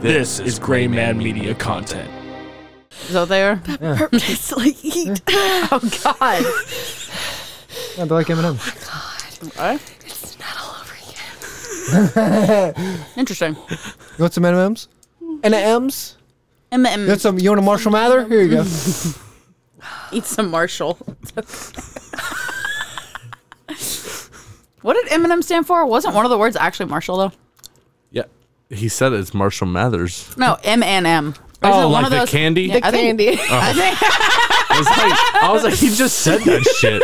This is Gray Man Media content. Is that there? It's like eat. Oh God! Yeah, they're like M&M's. it's not all over again. Interesting. You want some M&M's? M&M's? You Mm-mm. want some? You want a Marshall Mather? Here you go. Eat some Marshall. what did Eminem stand for? Wasn't one of the words actually Marshall though? Yeah. He said it's Marshall Mathers. No, M and M. Oh, like the candy? Yeah, I think, Candy. I think, I was like, I was like, he just said that shit.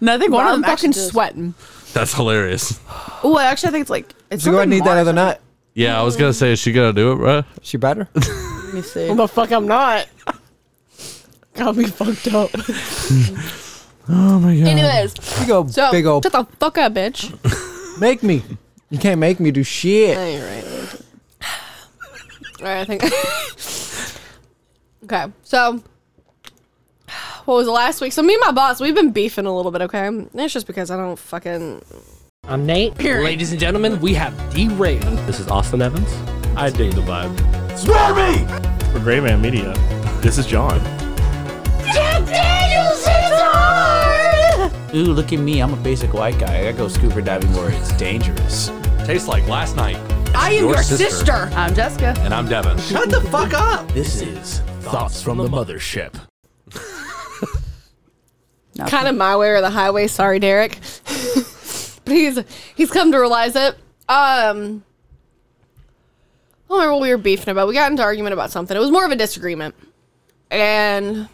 no, I think one Well, of I'm them actually fucking does. sweating. That's hilarious. Oh, actually, I think it's like it's So go ahead and something eat that other nut. Yeah, I was gonna say, is she gonna do it, bro? She better. Let me see. Mar- the fuck I'm not. Got me fucked up. Oh my god. Anyways, You go so big old. shut the fuck up, bitch. Make me. You can't make me do shit. All right. All right, I think. okay, so what was the last week? So me and my boss, we've been beefing a little bit. Okay, And it's just because I don't fucking. I'm Nate. Ladies and gentlemen, we have derailed. This is Austin Evans. I dig the vibe. Swear me! For Gray Man Media, this is John. Ooh, look at me. I'm a basic white guy. I go scuba diving where it's dangerous. Tastes like last night. I am your your sister. sister. I'm Jessica. And I'm Devin. Shut the fuck up. This is Thoughts from the Mothership. kind of my way or the highway. Sorry, Derek. but he's he's come to realize it. Um, I don't remember what we were beefing about. We got into argument about something. It was more of a disagreement, and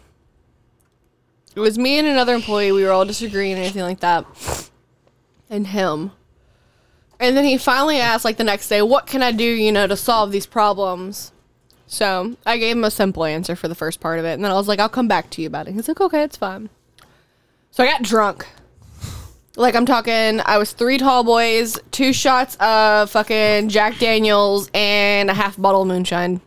it was me and another employee. We were all disagreeing and anything like that, and him. And then he finally asked, like the next day, "What can I do, you know, to solve these problems?" So I gave him a simple answer for the first part of it, and then I was like, "I'll come back to you about it." He's like, "Okay, it's fine." So I got drunk. Like I'm talking, I was three tall boys, two shots of fucking Jack Daniels, and a half bottle of moonshine.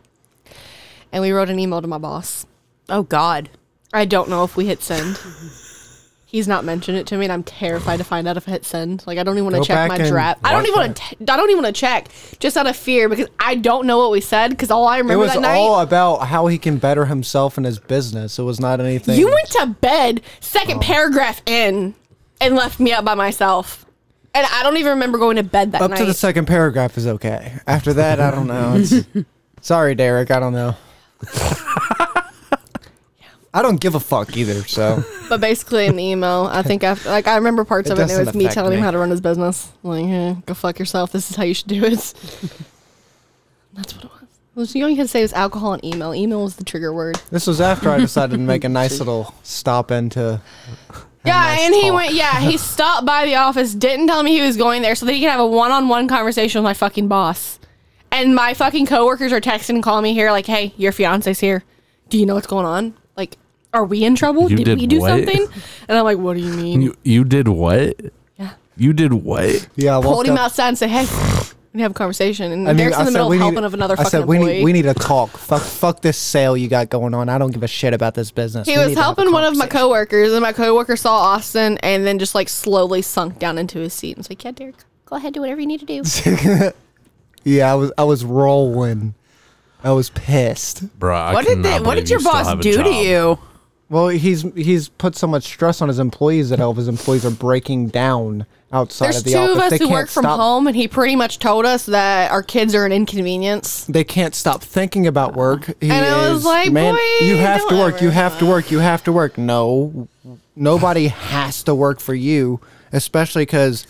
And we wrote an email to my boss. Oh God. I don't know if we hit send. He's not mentioned it to me, and I'm terrified to find out if I hit send. Like I don't even want Go to check back my and draft. I don't watch even want to. I don't even want to check, just out of fear because I don't know what we said. Because all I It remember was that night, all about how he can better himself in his business. It was not anything. You went to bed Oh. second paragraph in and left me up by myself. And I don't even remember going to bed that up night. to the second paragraph is okay. After that, I don't know. It's, sorry, Derek. I don't know. I don't give a fuck either. So but basically in the email, I think I like I remember parts It of it. and It doesn't was me affect telling him me. how to run his business. Like, eh, go fuck yourself. This is how you should do it. That's what it was. It was. You all you had to say was alcohol and email. Email was the trigger word. this was after I decided to make a nice little stop into. Yeah, nice and he talk. went. Yeah, he stopped by the office, didn't tell me he was going there, so that he could have a one-on-one conversation with my fucking boss. And my fucking coworkers are texting and calling me here, like, "Hey, your fiance's here. Do you know what's going on? Like, are we in trouble? You did we do what?" something?" And I'm like, "What do you mean?" You, you did what? Yeah. You did what? Yeah, I Pulled walked him up- outside and said, "Hey." We have a conversation, and I mean, Derek's I in the said middle we of need- helping of another I fucking said we employee. need, we need to talk. Fuck, fuck this sale you got going on. I don't give a shit about this business. he We was need to have a helping one of my conversation. coworkers, and my coworker saw Austin, and then just like slowly sunk down into his seat and was like, "Yeah, Derek, go ahead, do whatever you need to do." Yeah, I was I was rolling. I was pissed. Bro, I What did cannot they, What believe did your you still boss have a do to job. you? Well, he's he's put so much stress on his employees that all of his employees are breaking down outside There's of the two office. of us they who can't work from stop, home, and he pretty much told us that our kids are an inconvenience. They can't stop thinking about work. He And I was is- like, man, boy, you have to don't work. You ever. have to work. You have to work. No, nobody has to work for you, especially because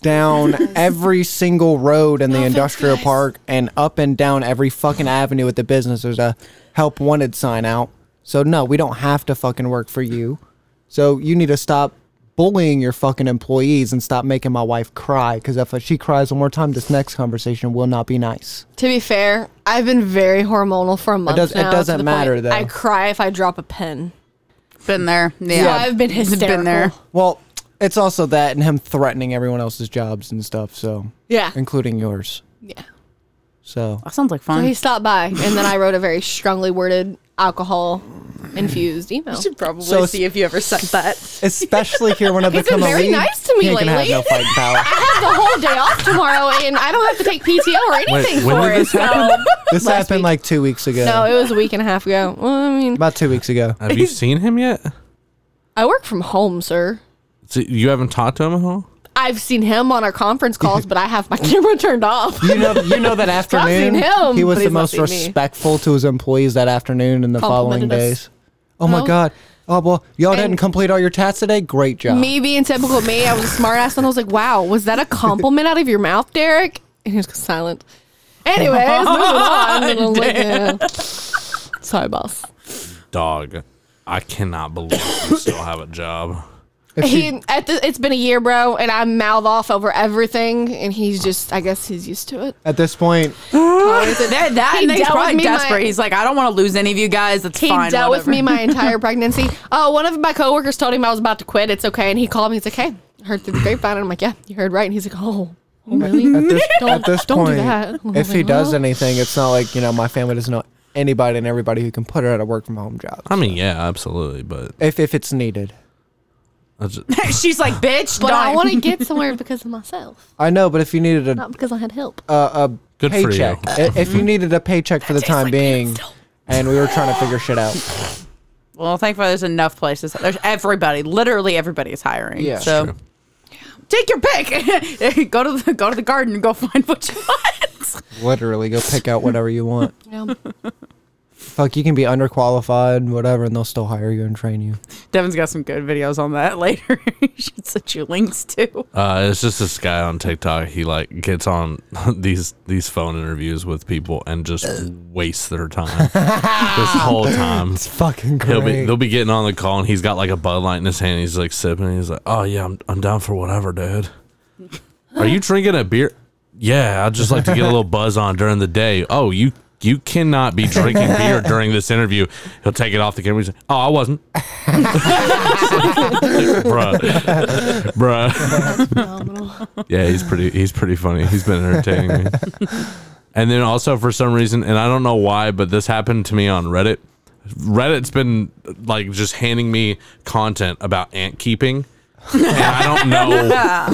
down every single road in the industrial park and up and down every fucking avenue at the business. There's a help wanted sign out. So no, we don't have to fucking work for you. So you need to stop bullying your fucking employees and stop making my wife cry. Because if she cries one more time, this next conversation will not be nice. To be fair, I've been very hormonal for a month. does- it now, to doesn't the matter, point though. I cry if I drop a pen. Been there. Yeah. Yeah, I've been hysterical. Been there. Well, it's also that and him threatening everyone else's jobs and stuff. So Yeah, including yours. yeah. So That sounds like So fun. he stopped by, and then I wrote a very strongly worded alcohol infused email. You should probably So it's- see if you ever sent that. Especially here when I He's become been very a lead. nice to me he ain't gonna lately. have no fighting power. I have the whole day off tomorrow, and I don't have to take PTO or anything when for did it. this so- happen? This Last happened week. like two weeks ago. No, it was a week and a half ago. Well, I mean, About two weeks ago. Have you seen him yet? I work from home, sir. So you haven't talked to him at all? I've seen him on our conference calls, but I have my camera turned off. You know, you know that afternoon him, he was but the he's not most seen me. respectful to his employees that afternoon and the following Complimented us. days. Oh my Oh. god! Oh well, y'all didn't And- complete all your tasks today. Great Oh. job. Me being typical me, I was a smart ass and I was like, wow, was that a compliment out of your mouth, Derek? And he was silent. Anyways, moving on. And I'm like, yeah. Sorry, boss. Dog, I cannot believe you still have a job. If she- He at the, it's been a year, bro, and I mouth off over everything, and he's just I guess he's used to it. at this point, that that He and then he's dealt with probably me my- desperate. he's like, I don't want to lose any of you guys. That's He fine. dealt with whatever." me my entire pregnancy. Oh, one of my coworkers told him I was about to quit. It's okay, and he called me. He's like, "Hey, I heard through the grapevine." And I'm like, "Yeah, you heard right." And he's like, "Oh, oh really? at this, at this don't do point, that. Oh I'm if he like, does well. anything, it's not like you know my family doesn't know anybody and everybody who can put her at a work from home job. I mean, yeah, absolutely, but If if it's needed, I just, She's like, bitch, but I done." want to get somewhere because of myself, I know. But if you needed a not because I had help." a, a Good for you. Mm-hmm. paycheck, i- if you needed a paycheck for the time being, and we were trying to figure shit out, Well, thankfully, there's enough places. There's everybody, literally everybody is hiring. Yeah. so take your pick. go to the go to the garden. and Go find what you want. literally go pick out whatever you want. You know, Fuck, you can be underqualified, whatever, and they'll still hire you and train you. Devin's got some good videos on that later. you should send you links to. uh, it's just this guy on TikTok. He like gets on these these phone interviews with people and just wastes their time this whole time. Fucking He'll great. be they'll be getting on the call and he's got like a Bud Light in his hand. He's like sipping. and he's like, "Oh yeah, I'm I'm down for whatever, dude. Are you drinking a beer? Yeah, I just like to get a little buzz on during the day. Oh, you you cannot be drinking beer during this interview. He'll take it off the camera. He's like, "Oh, I wasn't." bruh, bruh. phenomenal. Yeah, he's pretty he's pretty funny. He's been entertaining me. And then also for some reason, and I don't know why, but this happened to me on Reddit. Reddit's been like just handing me content about ant keeping. and I don't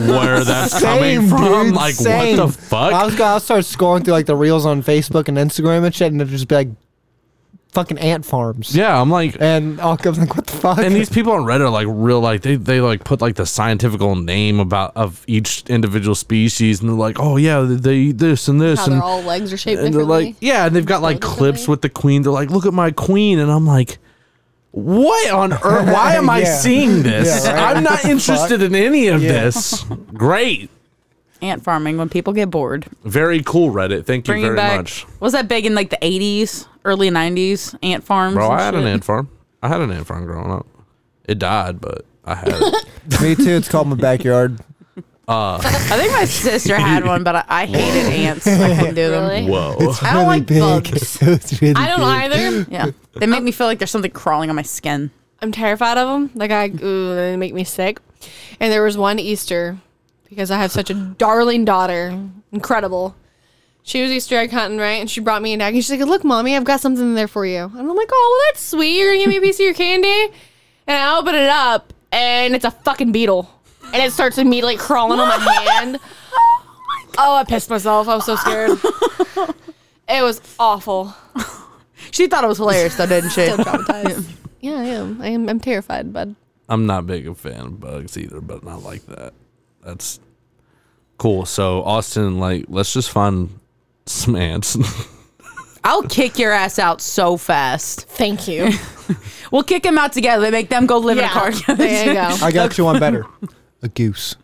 know where that's coming from. dude, like same. what the fuck? I was gonna I'll start scrolling through like the reels on Facebook and Instagram and shit, and it'll just be like fucking ant farms. yeah, I'm like And I'll go like, what the fuck? and these people on Reddit are like real like they they like put like the scientific name about of each individual species and they're like, "Oh yeah, they eat this and this How and their all legs are shaped and they're differently. like, yeah, and they've got like Build clips differently. with the queen. They're like, look at my queen, and I'm like, what on earth? Why am I Yeah. seeing this? Yeah, right? I'm not interested in any of Yeah. this. Great, Ant farming when people get bored. very cool, Reddit. Thank you Bringing very back much, was that big in like the 80s, early 90s ant farms. bro. and I had an shit? ant farm. I had an ant farm growing up. It died, but I had it. Me too. It's called my backyard. I think my sister had one, but I, I hated ants. I couldn't do them. Really? Whoa. I don't like bugs. it's really I don't big. either. Yeah, they make me feel like there's something crawling on my skin. I'm terrified of them. Like I, ooh, they make me sick. And there was one Easter because I have such a darling daughter, incredible. She was Easter egg hunting, right? And she brought me an egg, and she's like, "Look, mommy, I've got something in there for you." And I'm like, "Oh, well, that's sweet. You're gonna give me a piece of your candy." And I open it up, and it's a fucking beetle, and it starts immediately crawling on my hand. Oh, I pissed myself. I was so scared. it was awful. She thought it was hilarious, though, didn't she? Yeah, I am. I am. I'm terrified, bud. I'm not big a fan of bugs either, but not like that. That's cool. So Austin, like, let's just find some ants. I'll kick your ass out so fast. Thank you. We'll kick them out together. Make them go live in a car together. There you go. I got you one better. A goose.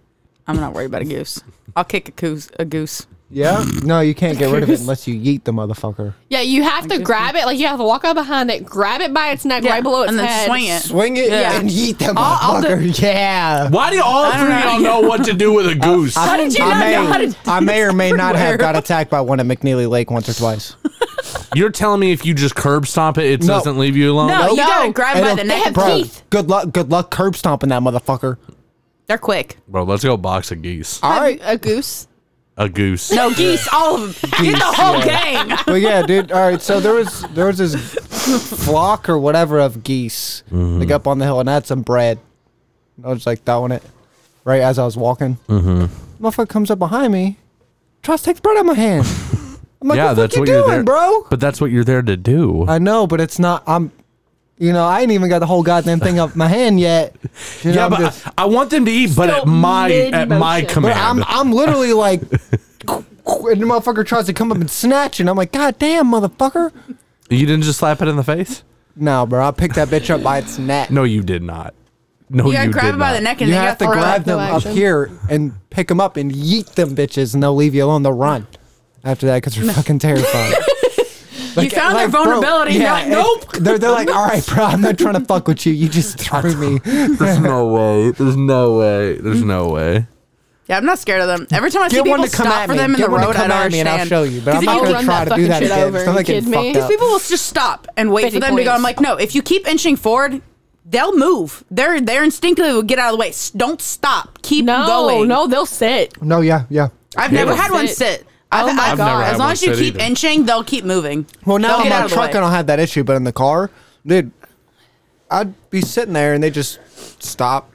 I'm not worried about a goose. I'll kick a goose. A goose. Yeah. No, you can't get rid of it unless you yeet the motherfucker. Yeah, you have to grab it. Like you have to walk up behind it, grab it by its neck, Yeah, right below its and then head. swing it. Swing it Yeah. and yeet the I'll- I'll do- motherfucker. yeah. Why do all three of y'all know what to do with a goose? How did you not may, know how to do I may or may not have everywhere? got attacked by one at McNeely Lake once or twice. You're telling me if you just curb stomp it, it No. doesn't leave you alone? No, Oh, you Nope. gotta grab it by It'll- the neck. Bro, Good luck. Good luck curb stomping that motherfucker. They're quick. Bro, let's go box a geese. All right. A goose. A goose. No geese. All of them. Get the whole gang. But yeah, dude. All right. So there was there was this flock or whatever of geese. Mm-hmm. Like up on the hill, and I had some bread. I was like throwing it right as I was walking. Mm-hmm. Motherfucker comes up behind me, tries to take the bread out of my hand. I'm like, yeah, what the fuck that's you what doing, you're there, bro? But that's what you're there to do. I know, but it's not. I'm, you know, I ain't even got the whole goddamn thing up my hand yet. You know, yeah, I'm but just- I, I want them to eat, but at my at my mid-motion. But but command. I'm, I'm literally like, and the motherfucker tries to come up and snatch, and I'm like, God damn, motherfucker. you didn't just slap it in the face? No, bro, I picked that bitch up by its neck. No, you did not. No, Oh, You you, gotta did grab not. him by the neck and you then have to you gotta throw grab it. them No up action. here and pick them up and yeet them bitches, and they'll leave you alone. They'll run after that because they're fucking terrified. Like- you found their like, bro, vulnerability. yeah, and you're like, it- nope. They're, they're like, all right, bro, I'm not trying to fuck with you. You just threw me. There's no way. There's no way. There's no way. Yeah, I'm not scared of them. Every time I see Get one people to come stop at for me. them in Get the one road, to come I don't at me, and I'll understand. show you. But I'm Because not you gonna run try to that do that fucking shit again. over, It's not you like getting kidding me? fucked These up. people will just stop and wait for 50 them to go. I'm points. like, no, if you keep inching forward, they'll move. They're they're instinctively will get out of the way. S- Don't stop. Keep No, going. no, they'll sit. No, yeah, yeah. I've never They'll had one sit. sit. I've, Oh my I've- God. I've never had one As long as you sit keep either. inching, they'll keep moving. Well, now They'll on get my out of the truck, I way. don't have that issue, but in the car, dude, I'd be sitting there and they just stop.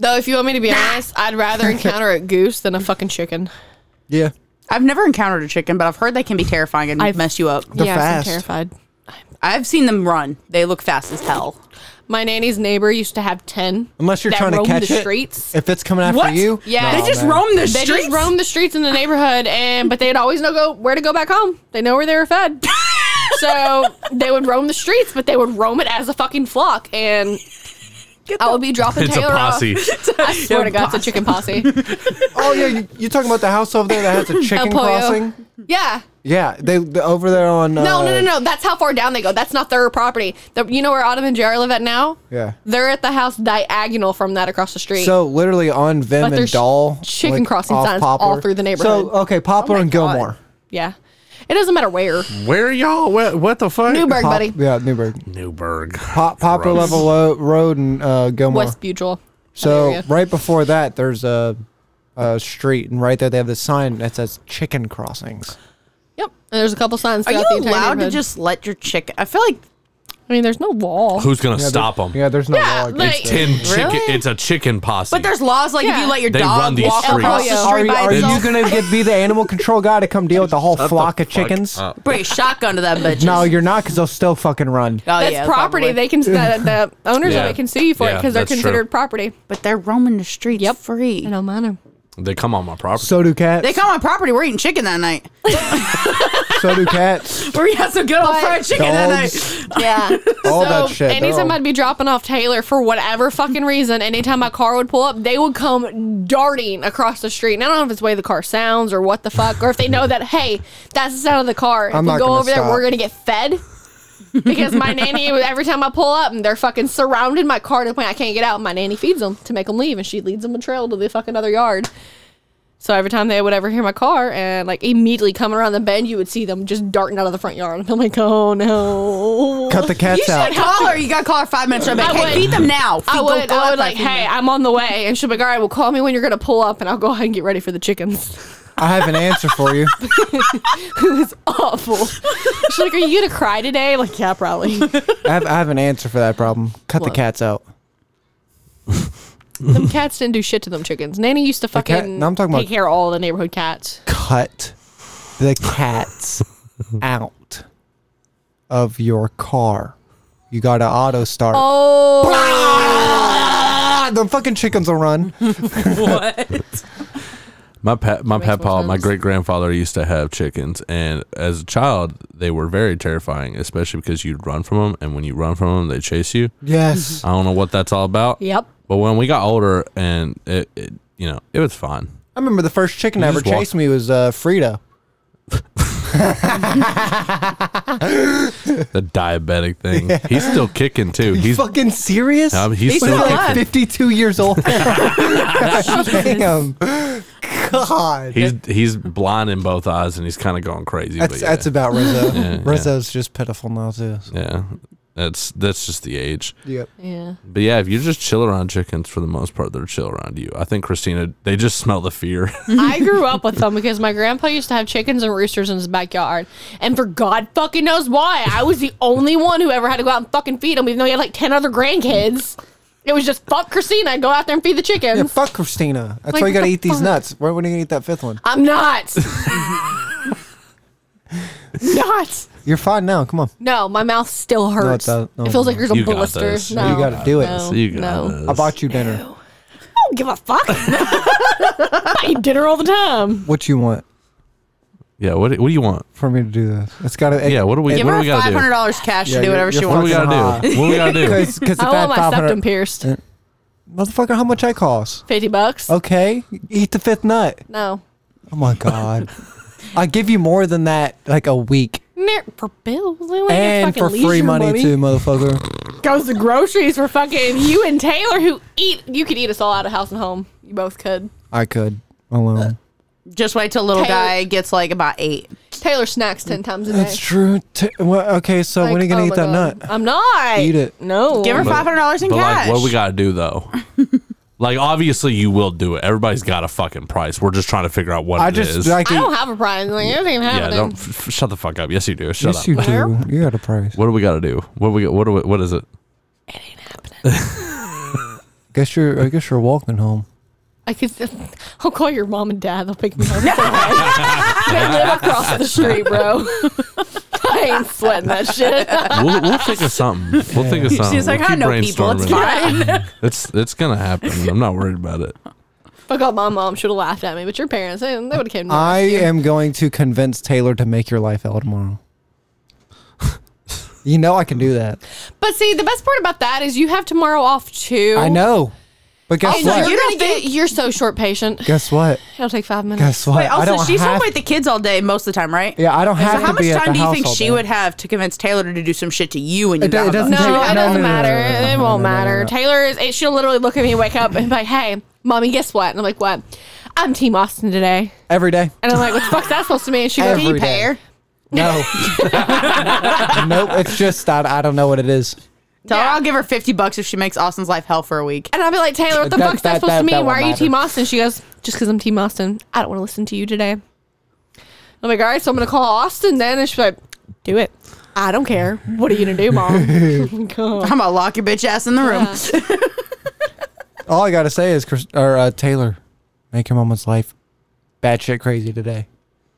Though, if you want me to be honest, I'd rather encounter a goose than a fucking chicken. Yeah. I've never encountered a chicken, but I've heard they can be terrifying and I've- mess you up. They're yeah, fast. I'm terrified. I've seen them run. They look fast as hell. My nanny's neighbor used to have ten. Unless you're that trying to roam catch the it. streets. If it's coming after What? you, Yeah. no, They just man. roam the They just roamed the streets in the neighborhood, and but they'd always know go where to go back home. They know where they were fed, so they would roam the streets, but they would roam it as a fucking flock. And I would be dropping It's a Taylor posse. off. I swear to God, it's a chicken posse. Oh yeah, you, you talking about the house over there that has a El chicken Pollo. crossing? Yeah. Yeah, they the, over there on. Uh, No, no, no, no. That's how far down they go. That's not their property. The, you know where Autumn and Jerry live at now? Yeah. They're at the house diagonal from that across the street. So literally on Vim But and there's Doll, chicken crossing off signs all through the neighborhood. So okay, Poplar and Gilmore, Oh yeah. It doesn't matter where. Where y'all? What, what the fuck? Newburgh, Pop- buddy. yeah, Newburgh, Newburgh. Pop, Poplar Gross. Level Lo- Road and uh, Gilmore. West Butual. so area. right before that, there's a, a street, and right there they have this sign that says Chicken Crossings. Yep. And there's a couple signs. Are throughout you the entire allowed to neighborhood. just let your chicken? I feel like I mean, there's no wall. Who's gonna Yeah, stop there- them? Yeah, there's no Yeah, law against like- it. Ten chicken. Really? It's a chicken posse. But there's laws like if Yeah. you let your They run dog these walk streets. across the Are street Are, oh, by are you itself, gonna get be the animal control guy to come deal with the whole flock of Fuck chickens? up. bring a shotgun to that bitch. No, you're not, because they'll still fucking run. Oh, That's yeah, property. probably. They can the, the owners Yeah. of it can sue you for it it Yeah, because they're that's true. considered property. but they're roaming the streets Yep. free. don't matter. They come on my property. So do cats. They come on property. We're eating chicken that night. so do cats. we had some good old But- fried chicken that night. Dogs. Yeah. All so that shit, they're anytime all- I'd be dropping off Taylor for whatever fucking reason, anytime my car would pull up, they would come darting across the street. And I don't know if it's the way the car sounds or what the fuck, or if they know that hey, that's the sound of the car. If I'm we not go gonna over there, stop. we're gonna get fed. because my nanny, would- every time I pull up, and they're fucking surrounded my car to the point I can't get out. My nanny feeds them to make them leave, and she leads them a trail to the fucking other yard. So every time they would ever hear my car and like immediately coming around the bend, you would see them just darting out of the front yard. I'm like, oh no. Cut the You cats should out. call her. You got to call her five minutes. Right back. I Hey, would. feed them now. Feed, I go- would, go I out would there like, and feed hey, them. I'm on the way. And she'll be like, all right, well, call me when you're going to pull up and I'll go ahead and get ready for the chickens. I have an answer for you. Awful. She's like, are you going to cry today? I'm like, yeah, probably. I have, I have an answer for that problem. Cut the cats out. them cats didn't do shit to them chickens. Nanny used to fucking cat- no, I'm talking take about- care of all the neighborhood cats. Cut the cats out of your car. You got to auto start. Oh. Ah, the fucking chickens will run. My pet, my pet more paw, my sense. great grandfather used to have chickens, and as a child, they were very terrifying, especially because you'd run from them, and when you run from them, they chase you. Yes. I don't know what that's all about. Yep. But when we got older, and it, it you know, it was fun. I remember the first chicken that You ever just walk- chased me was uh, Frida. The diabetic thing. He's still kicking too. You He's fucking serious? Um, he's What, still you're alive. like 52 years old. Damn. God. he's he's blind in both eyes, and he's kind of going crazy. that's, but yeah. that's about Rizzo. Yeah, yeah. Rizzo's just pitiful now, too. yeah. That's that's just the age. Yep. Yeah. But yeah, if you just chill around chickens for the most part, they're chill around you. I think Christina, they just smell the fear. I grew up with them because my grandpa used to have chickens and roosters in his backyard. And for God fucking knows why, I was the only one who ever had to go out and fucking feed them, even though he had like 10 other grandkids. It was just fuck Christina, go out there and feed the chickens. Yeah, fuck Christina. That's Like, why you gotta what the eat these fuck? nuts. Why when are you gonna eat that fifth one? I'm not. not. You're fine now. Come on. No, my mouth still it hurts. does- no. it feels like there's a You got blister. this. No, You gotta do it. No, you got no. this. I bought you dinner. I don't give a fuck. I eat dinner all the time. What you want Yeah, what, what do you want? for me to do this? It's gotta. It, Yeah, what do we Give what do her we gotta five do? hundred dollars cash Yeah, to do you're- whatever she you're What do wants. we gotta do? What do we gotta do? Because if I that want my five septum hundred, pierced. motherfucker, how much I cost? 50 Oh, bucks? Okay, eat the fifth nut. No. Oh my god. I give you more than that, like a week, Nah, For bills, I don't and fucking for free leisure money, too, motherfucker. Goes to groceries for fucking you and Taylor, who eat. You could eat us all out of house and home. You both could. I could Uh, alone. Just wait till little Taylor- guy gets like about eight. Taylor snacks ten times a day. That's true. T- well, okay, so when are you Like, gonna oh eat my that God. nut? I'm not. Eat it. No. Give her five hundred dollars in But cash. like, what we gotta do though? like, obviously, you will do it. Everybody's got a fucking price. We're just trying to figure out what I it just is. like. I don't have a prize. Like, I don't even have yeah, it. don't f- f- shut the fuck up. Yes, you do. Shut yes, up. you do. You got a price. What do we gotta do? What do we what do we, what is it? Guess you're. I guess you're walking home. I could. I'll call your mom and dad. They'll pick me up. they live across the street, bro. I ain't sweating that shit. We'll, we'll think of something. We'll think of something. She's like, we'll I keep know people. It's brainstorming. fine. It's it's gonna happen. I'm not worried about it. Fuck up, my mom should have laughed at me, but your parents, they, they would have came. To I rescue. am going to convince Taylor to make your life hell tomorrow. you know I can do that. But see, the best part about that is you have tomorrow off too. I know. But guess And what? you're, gonna get, you're so short patient. guess what? It'll take five minutes. Guess what? Wait, I also don't she's home have- with the kids all day most of the time, right? Yeah, I don't have So how to much be at time the do you house think all she day. would have to convince Taylor to do some shit to you when you It do- got it with doesn't us? take- No, No, it no, no, doesn't no, matter. no, no, no, It no, won't no, no, no, matter. no. Taylor is. it- She'll literally look at me, wake up, and be like, "Hey, mommy, guess what?" And I'm like, "What?" I'm Team Austin today, every day. and I'm like, "What the fuck's that supposed to mean?" And she goes, Every day. "Pair." No. nope. It's just that I don't know what it is. Tell her Yeah. I'll give her fifty bucks if she makes Austin's life hell for a week. And I'll be like, "Taylor, what the That- fuck's that, that- supposed that- to mean? that won't Why are you matter. Team Austin?" She goes, "Just because I'm Team Austin, I don't want to listen to you today." I'm like, "All right, so I'm gonna call Austin then," and she's like, "Do it." I don't care. What are you gonna do, mom? God. I'm gonna lock your bitch ass in the room. All I gotta say is, Chris, or uh, Taylor, make your mom's life batshit crazy today.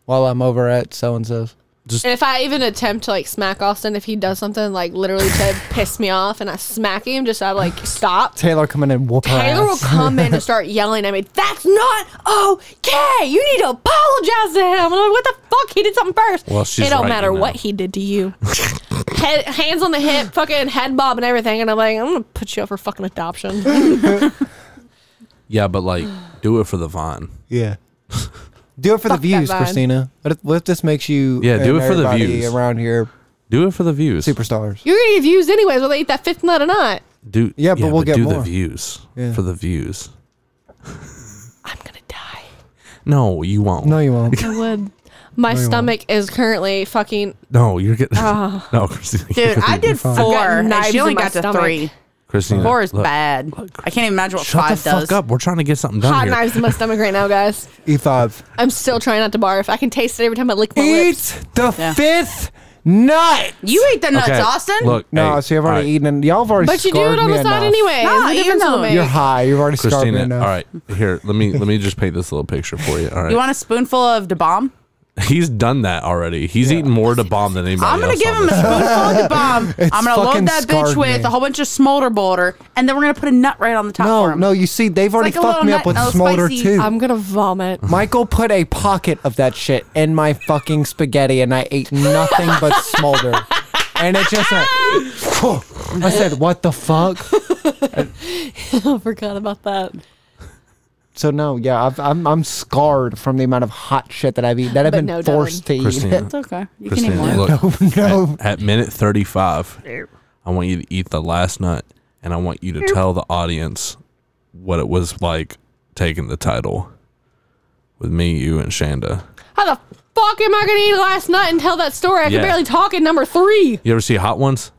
While I'm over at so and so's. And if I even attempt to like smack Austin, if he does something like literally to piss me off, and I smack him, just I like stop. Taylor come in and whoop her Taylor will ass. come in and start yelling at me. That's not okay. You need to apologize to him. And I'm like, what the fuck? He did something first. Well, she's it don't right, matter you know. what he did to you. Head, hands on the hip, fucking head bob and everything. And I'm like, I'm gonna put you up for fucking adoption. Yeah, but like, do it for the Vaughn. Yeah. Do it for Fuck that the views, vibe. Christina. What if, what if this makes you Yeah, do and it for the everybody views. around here Do it for the views. superstars? You're gonna get views anyways, whether they eat that fifth nut or not. Do Yeah, but we'll get do the more. views Yeah. for the views. I'm gonna die. No, you won't. No, No, you won't. I would. My won't. stomach is currently fucking you're getting no, Christina. Oh. Dude, I did fine. four. I've got And knives she in only my got to stomach. three. Christina, Four is look, bad. I can't even imagine what Shut the five fuck does. up. We're trying to get something done hot here. knives in my stomach right now, guys. E E5. I'm still trying not to barf. I can taste it every time I lick my lips. Eat the Yeah. fifth nut. You ate the nuts, Okay, Austin. Look, No, hey, so you've all already right, eaten, and y'all have already. But you do scarred it on me the side enough. anyway. No, There's a even difference though- in the You're make. high. You've already scarred me Christina. enough. All right, here. Let me let me just paint this little picture for you. All right, you want a spoonful of the bomb? he's done that already. He's eaten more to bomb than Oh, anybody. I'm gonna else give on him a this show. spoonful of the bomb. I'm gonna fucking load that bitch scarred with me. a whole bunch of smolder boulder, and then we're gonna put a nut right on the top for No, him. no. You see, they've already like a fucked little me nut- up with oh, smolder spicy. too. I'm gonna vomit. Michael put a pocket of that shit in my fucking spaghetti, and I ate nothing but smolder. And it just went. I said, "What the fuck?" I forgot about that. So no, yeah, I've, I'm I'm scarred from the amount of hot shit that I've eaten that I've But been no, forced to Christina. eat. it's okay. You can eat Christina, one. look, no. At, at minute 35, I want you to eat the last nut and I want you to tell the audience what it was like taking the title with me, you, and Shanda. How the fuck am I gonna eat last night and tell that story? I Yeah. can barely talk in number three. You ever see Hot Ones?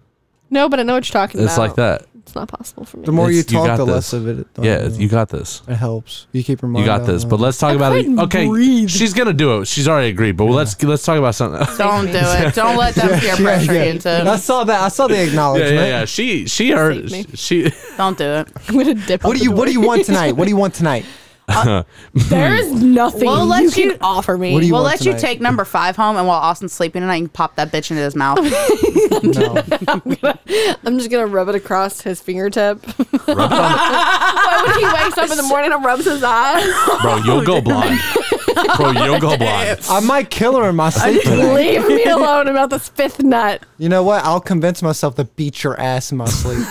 No, but I know what you're talking It's about. like that. It's not possible for me. The more It's- you you got talk, the this. less of it. uh, Yeah, you got this. it helps. You keep your You mind. got on this. it. But let's talk about it. couldn't Okay, breathe. she's gonna do it. She's already agreed. But let's let's talk about something. Don't do it. Don't let them peer Yeah, pressure yeah. you I into. saw that. I saw the yeah, acknowledgement. yeah, yeah. She she already Save me. she. Don't do it. I'm gonna dip. What do you What do you want tonight? What do you want tonight? There is nothing Well, you let's can you offer me. What do you we'll want let you tonight? take number five home, and while Austin's sleeping tonight, you can pop that bitch into his mouth. No. I'm just gonna rub it across his fingertip. Rub it on Why when he wakes up in the morning and rubs his eyes? the- bro, you'll go blind. Bro, you'll go blind. I might kill her in my sleep. tonight. Leave me alone about this fifth nut. You know what? I'll convince myself to beat your ass in my sleep.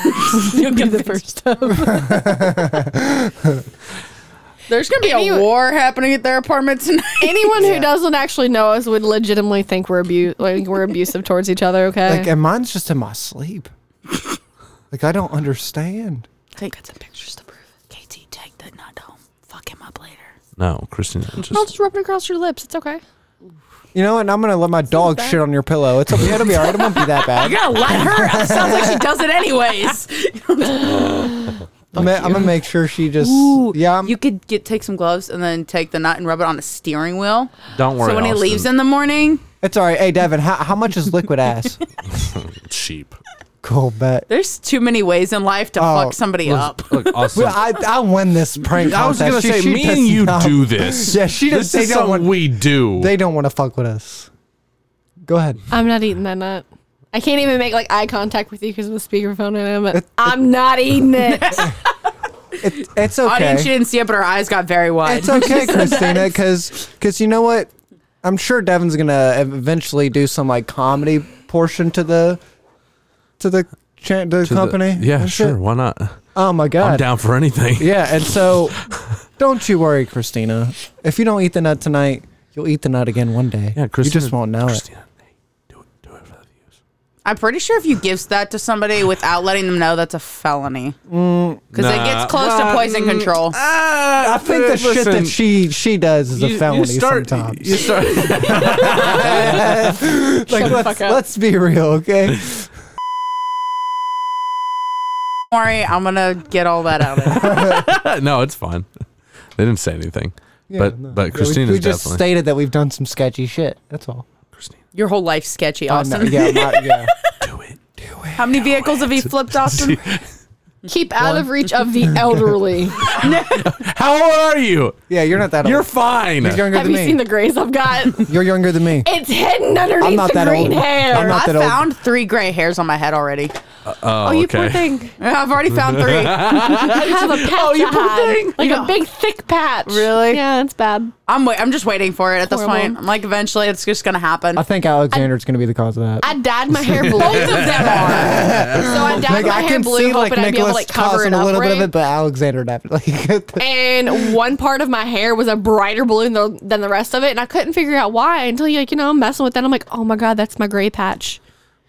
You'll be the first time. There's gonna be Anyway- a war happening at their apartment tonight. Anyone who doesn't actually know us would legitimately think we're abu- like we're abusive towards each other. Okay. Like, and mine's just in my sleep. Like, I don't understand. Take got some pictures to prove it. KT, take that nut home. Fuck him up later. No, Christina, I'll just just rub it across your lips. It's okay. You know what? And I'm gonna let my dog shit on your pillow. It's okay. It'll be all right. It won't be that bad. You're gonna let her. It sounds like she does it anyways. I'm, gonna- I'm gonna make sure she just. yeah. I'm, you could get take some gloves and then take the nut and rub it on a steering wheel. don't worry. so when he leaves Austin. in the morning, it's all right. Hey, Devin, how, how much is liquid ass? cheap. cool bet. there's too many ways in life to Oh, fuck somebody up. Look, Austin. Well, I I win this prank. I was contest. gonna say, She- she me does and you not- do this. Yeah, she This does. They is don't something want. we do. They don't want to fuck with us. Go ahead. I'm not eating that nut. I can't even make like eye contact with you because of the speakerphone and I'm. I'm not eating it. It, Audience, it's you okay. didn't see it, but her eyes got very wide. It's okay, Christina, because you know what? I'm sure Devin's gonna eventually do some like comedy portion to the to the cha- to the To the- company. yeah, and sure. shit. Why not? Oh my I'm god. down for anything. Yeah, and so don't you worry, Christina. If you don't eat the nut tonight, you'll eat the nut again one day. Yeah, Christina. you just won't know it. Christina, hey, do it. Do it for the views. I'm pretty sure if you gives that to somebody without letting them know, that's a felony. Because Nah. mm, it gets close to poison control. Ah, I think the shit that she she does is a felony sometimes. You start. like let's, let's be real, okay? Don't worry, I'm gonna get all that out of it. no, it's fine. They didn't say anything. but but Christina, Christina's we, just definitely. stated that we've done some sketchy shit. That's all. Christina, Your whole life's sketchy, Oh, Austin. no, yeah, my- yeah. do it. Do it. How many vehicles have you flipped, Austin? Keep out of reach of the elderly. How old are you? yeah, you're not that You're old. fine. You're younger Have than you me. seen the grays I've got? you're younger than me. It's hidden underneath not the that green old. hair. I'm not I that old. found three gray hairs on my head already. oh, oh, you okay. poor thing. Yeah, I've already found three. I have a patch. Oh, you poor thing. Like a big thick patch. Really? Yeah, it's bad. I'm wait, I'm just waiting for it at this Horrible. point. I'm like, eventually, it's just gonna happen. I think Alexander's gonna be the cause of that. I dyed my hair blue. Both of them are. So I dyed Like, my I hair can blue, see hoping like I'd be able to Nicholas like, cover it causing up a little bit of right. it, but Alexander definitely. Like, and one part of my hair was a brighter blue than the, than the rest of it, and I couldn't figure out why until you like you know I'm messing with that. I'm like, oh my god, that's my gray patch.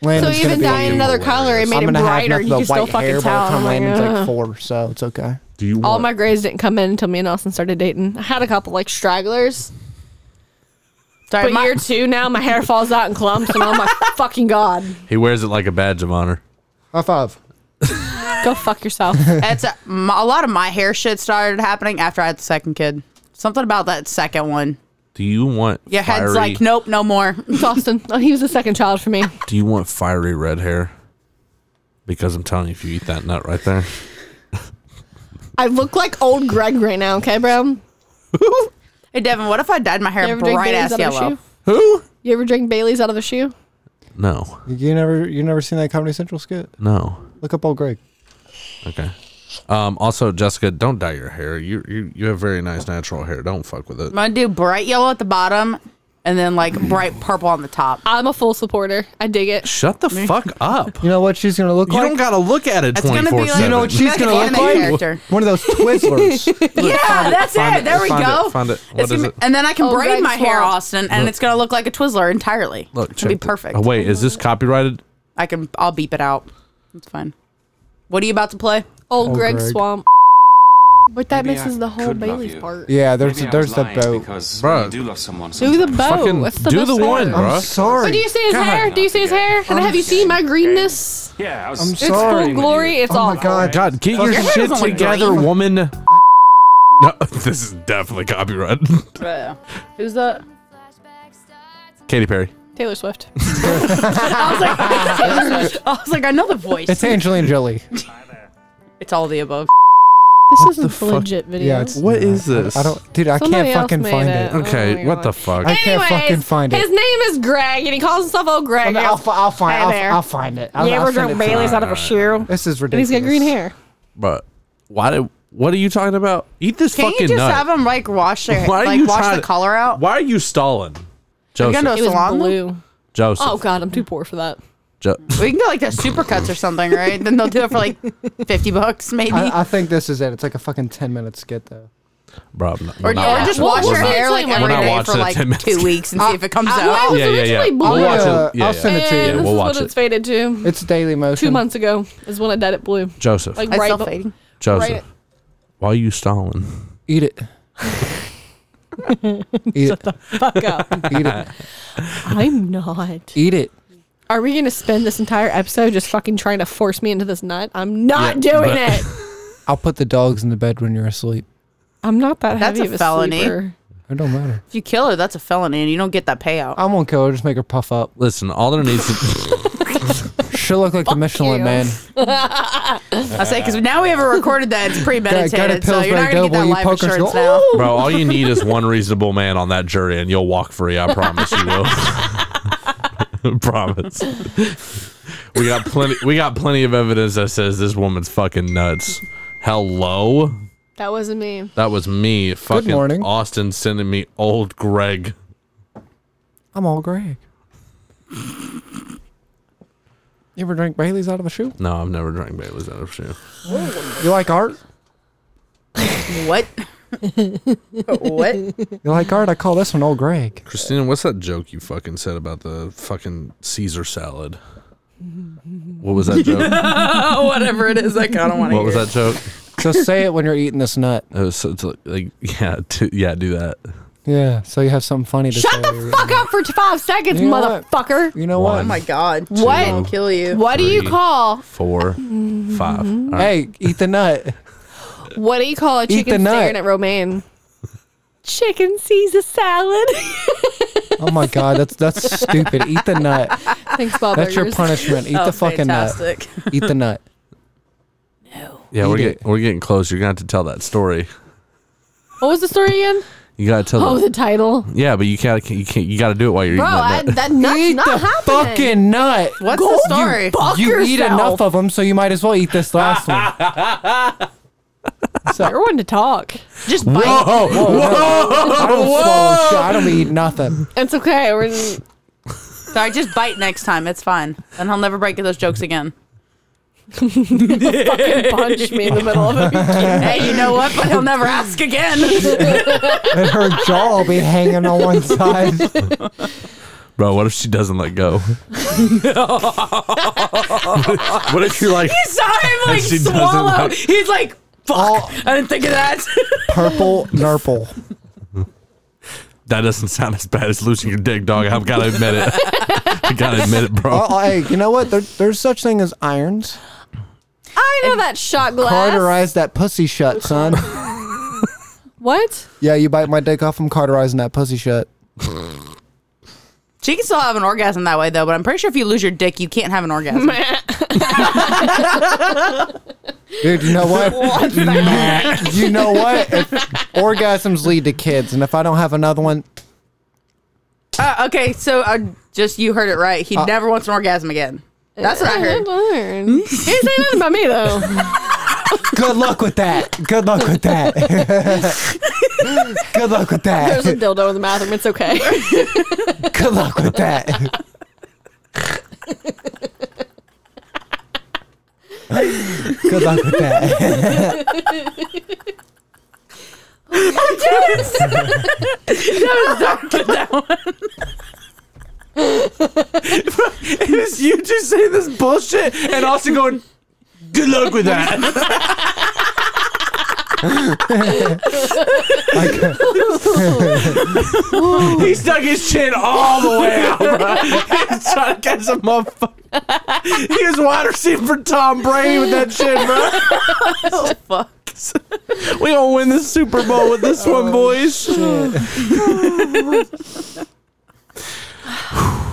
Landon's so gonna even be- dyeing another color, it made I'm it gonna have brighter. enough of You the can still white hair by the fucking tell. time I'm like, Landon's like "Ugh." four, so it's okay. Do you All Um, want? my grays didn't come in until me and Austin started dating. I had a couple like stragglers, Sorry, but my- year two now my hair falls out in clumps, and oh my fucking god, he wears it like a badge of honor. High five. go fuck yourself. It's a, my, a lot of my hair shit started happening after I had the second kid. Something about that second one. Do you want? Your fiery, head's like, nope, no more. It's Austin. Oh, he was the second child for me. Do you want fiery red hair? Because I'm telling you, if you eat that nut right there, I look like old Greg right now. Okay, bro. Hey, Devin, what if I dyed my You hair ever drink bright Bailey's ass out of a yellow? shoe? You ever drink Bailey's out of a shoe? no, You never, you never seen that Comedy Central skit? no. Look up old Greg. Okay. Um, also, Jessica, don't dye your hair. You you you have very nice natural hair. Don't fuck with it. I'm gonna do bright yellow at the bottom and then like bright purple on the top. I'm a full supporter. I dig it. Shut the fuck up. You know what she's gonna look You like? don't gotta look at it It's gonna twenty be four like- seven. You know what She's she's like gonna an look anime like? character. One of those Twizzlers. yeah, that's it. Find There we Find go. It, find it. What It's is gonna- it? And then I can Oh, braid Greg my hair, Swamp. Austin, and it's gonna look like a Twizzler entirely. Look, it'll be check the- perfect. Oh, wait, is this copyrighted? I can. I'll beep it out. It's fine. What are you about to play? Old Old Greg, Greg. Swamp. But that Maybe I misses the whole could love Bailey's you. part. Yeah, there's Maybe I there's was the lying boat. Because Bruh. I do love someone. Do the sometimes. bow. Fucking That's the do best the part. one, bro. I'm sorry. But do you see his God. hair? Do you see his hair? And have you seen my greenness? Yeah, I was. I'm It's It's Sorry. full glory. It's oh all. my god. God, get your hair shit doesn't look together, green. woman. No, this is definitely copyright. Uh, who's that? Katy Perry. Taylor Swift. I was like, I was like, I know the voice. It's Angelina Jolie. It's all the above. This isn't the the fuck? legit video. Yeah, it's What is I- this? I don't dude, I Somebody can't else fucking made find it. it. Okay, Oh my what the God. fuck? I can't fucking find His it. name is Greg, and he calls himself Oh Greg. I'll, fi- I'll find Hey I'll, there. I'll find it. I'll, you I'll ever send drink it to you. Bailey's out of a shoe? And This is he's ridiculous. got green hair. But why did? What are you talking about? Eat this Can't fucking you just nut. have him like wash their, Why are like you wash trying the to- color out? Why are you stalling, We can Joseph? go Oh, to a It was salon. blue. Joseph. Oh god, I'm too poor for that. Jo- We can go like to supercuts or something, right? then they'll do it for like fifty bucks, maybe. I, I think this is it. It's like a fucking ten minute skit though. bro, I'm not- or, we're not or watching- just Well, wash we're your not- hair like we're every not day watching for it like 10 minutes. two weeks and see if it Uh, comes out. I- I- Yeah, yeah, yeah. originally We'll blue. watch Uh, it. Yeah, I'll yeah. send it to Yeah, And you. we'll this watch is what it. it's faded to. It's Daily Motion. Two months ago is when I dyed it blue. Joseph. Like It's right, still bu- fading. Joseph. right- Why are you stalling? Eat it. Eat it. Fuck up. Eat it. I'm not. Eat it. Are we gonna spend this entire episode just fucking trying to force me into this nut? I'm not Yeah, doing but- it. I'll put the dogs in the bed when you're asleep. I'm not that That's heavy a of a felony. sleeper. It don't matter. If you kill her, that's a felony, and you don't get that payout. I won't kill her. Just make her puff up. Listen, all there needs to She'll look like the Michelin you. man. I say because now we haven't recorded that; it's premeditated, Got- got a so you're not gonna Pillsbury get that Doughboy, life you poker insurance skull. now. Bro, all you need is one reasonable man on that jury and you'll walk free, I promise you will. promise. We got plenty we got plenty of evidence that says this woman's fucking nuts. Hello? That wasn't me. That was me fucking morning. Austin sending me old Greg. I'm all Greg. You ever drink Bailey's out of a shoe? No, I've never drank Bailey's out of shoe. You like art? What? what? You like art? I call this one old Greg. Christina, what's that joke you fucking said about the fucking Caesar salad? What was that joke? Oh, whatever it is, like I don't want to. what was that joke? Just say it when you're eating this nut. It was so, it's like- like yeah, t- yeah, do that. Yeah, so you have something funny to Shut say. the fuck up for t- five seconds, You know what? motherfucker. You know One. what? Oh my god! What? I'll kill you. What do you Three. call Four, Mm-hmm. five. All right. Hey, eat the nut. what do you call a the chicken nut. staring at romaine? Chicken Caesar salad. Oh my god, that's that's stupid. Eat the nut. Thanks, Bob. That's your Burgers. punishment. Eat the fucking fantastic. nut. Eat the nut. yeah, we're eat getting we're getting close. You're gonna have to tell that story. What was the story again? You gotta tell. Oh, the, the title. yeah, but you can't. You can't. You gotta do it while you're Bro, eating I, that. nut. that nut's eat not the happening. fucking nut. What's Go, the story? you fuck you eat yourself. enough of them, so you might as well eat this last one. You're one to talk. Just bite. Whoa, whoa, I don't swallow shit. I don't eat nothing. It's okay. We're just, Sorry, just bite next time. It's fine, and he'll never break those jokes again. punch me in the middle of it. hey, you know what? But he'll never ask again. And her jaw will be hanging on one side. bro. What if she doesn't let go? what if you're like? I saw him like She doesn't swallow. like- Oh. He's like, fuck. All I didn't think of that. purple nurple. That doesn't sound as bad as losing your dick, dog. I've gotta admit it. I gotta admit it, bro. Oh, hey, you know what? There, there's such thing as irons. I know that shot glass. Carterize that pussy shut, son. What? Yeah, you bite my dick off, I'm carterizing that pussy shut. she can still have an orgasm that way, though. But I'm pretty sure if you lose your dick, you can't have an orgasm. Dude, you know what? you know what? If orgasms lead to kids, and if I don't have another one, Uh, okay, so uh, just you heard it right. Uh. He never wants an orgasm again. That's what I heard. Hmm? He didn't say nothing about me though. good luck with that. Good luck with that. good luck with There's a that. dildo in the bathroom. It's okay. Good luck with that. good luck with that. It was you just saying this bullshit and also going, good luck with that. He stuck his chin all the way out, bro. He's trying to catch a motherfucker. He was wide receiver for Tom Brady with that shit, bro. Fuck. We gonna win this Super Bowl with this one, boys.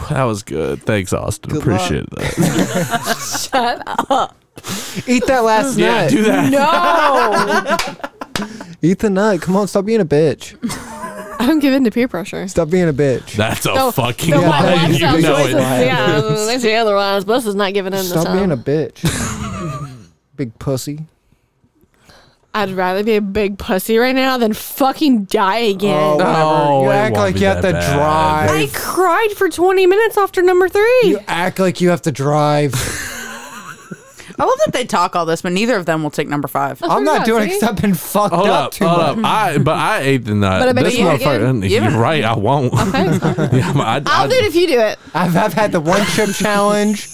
that was good. Thanks, Austin. Appreciate that. Eat that last Yeah, nut. do that. No, Eat the nut. Come on, stop being a bitch. I don't give in to peer pressure. Stop being a bitch. That's a No, fucking no, Yeah. my lie. lifestyle You know choices. it. Yeah, that's the other one. Bus is not giving in this stop time. being a bitch. Big pussy. I'd rather be a big pussy right now than fucking die again. No, Oh, you it act won't like be you have to that bad. drive. I cried for 20 minutes after number three. You act like you have to drive. I love that they talk all this, but neither of them will take number five. I'm not not, doing it see? because I've been fucked Hold up, up, too hold much. up. I but I ate the nut. But I bet this you ate motherfucker. again. You're right. I won't. yeah, but I, I'll do it if you do it. I've, I've had the one chip challenge.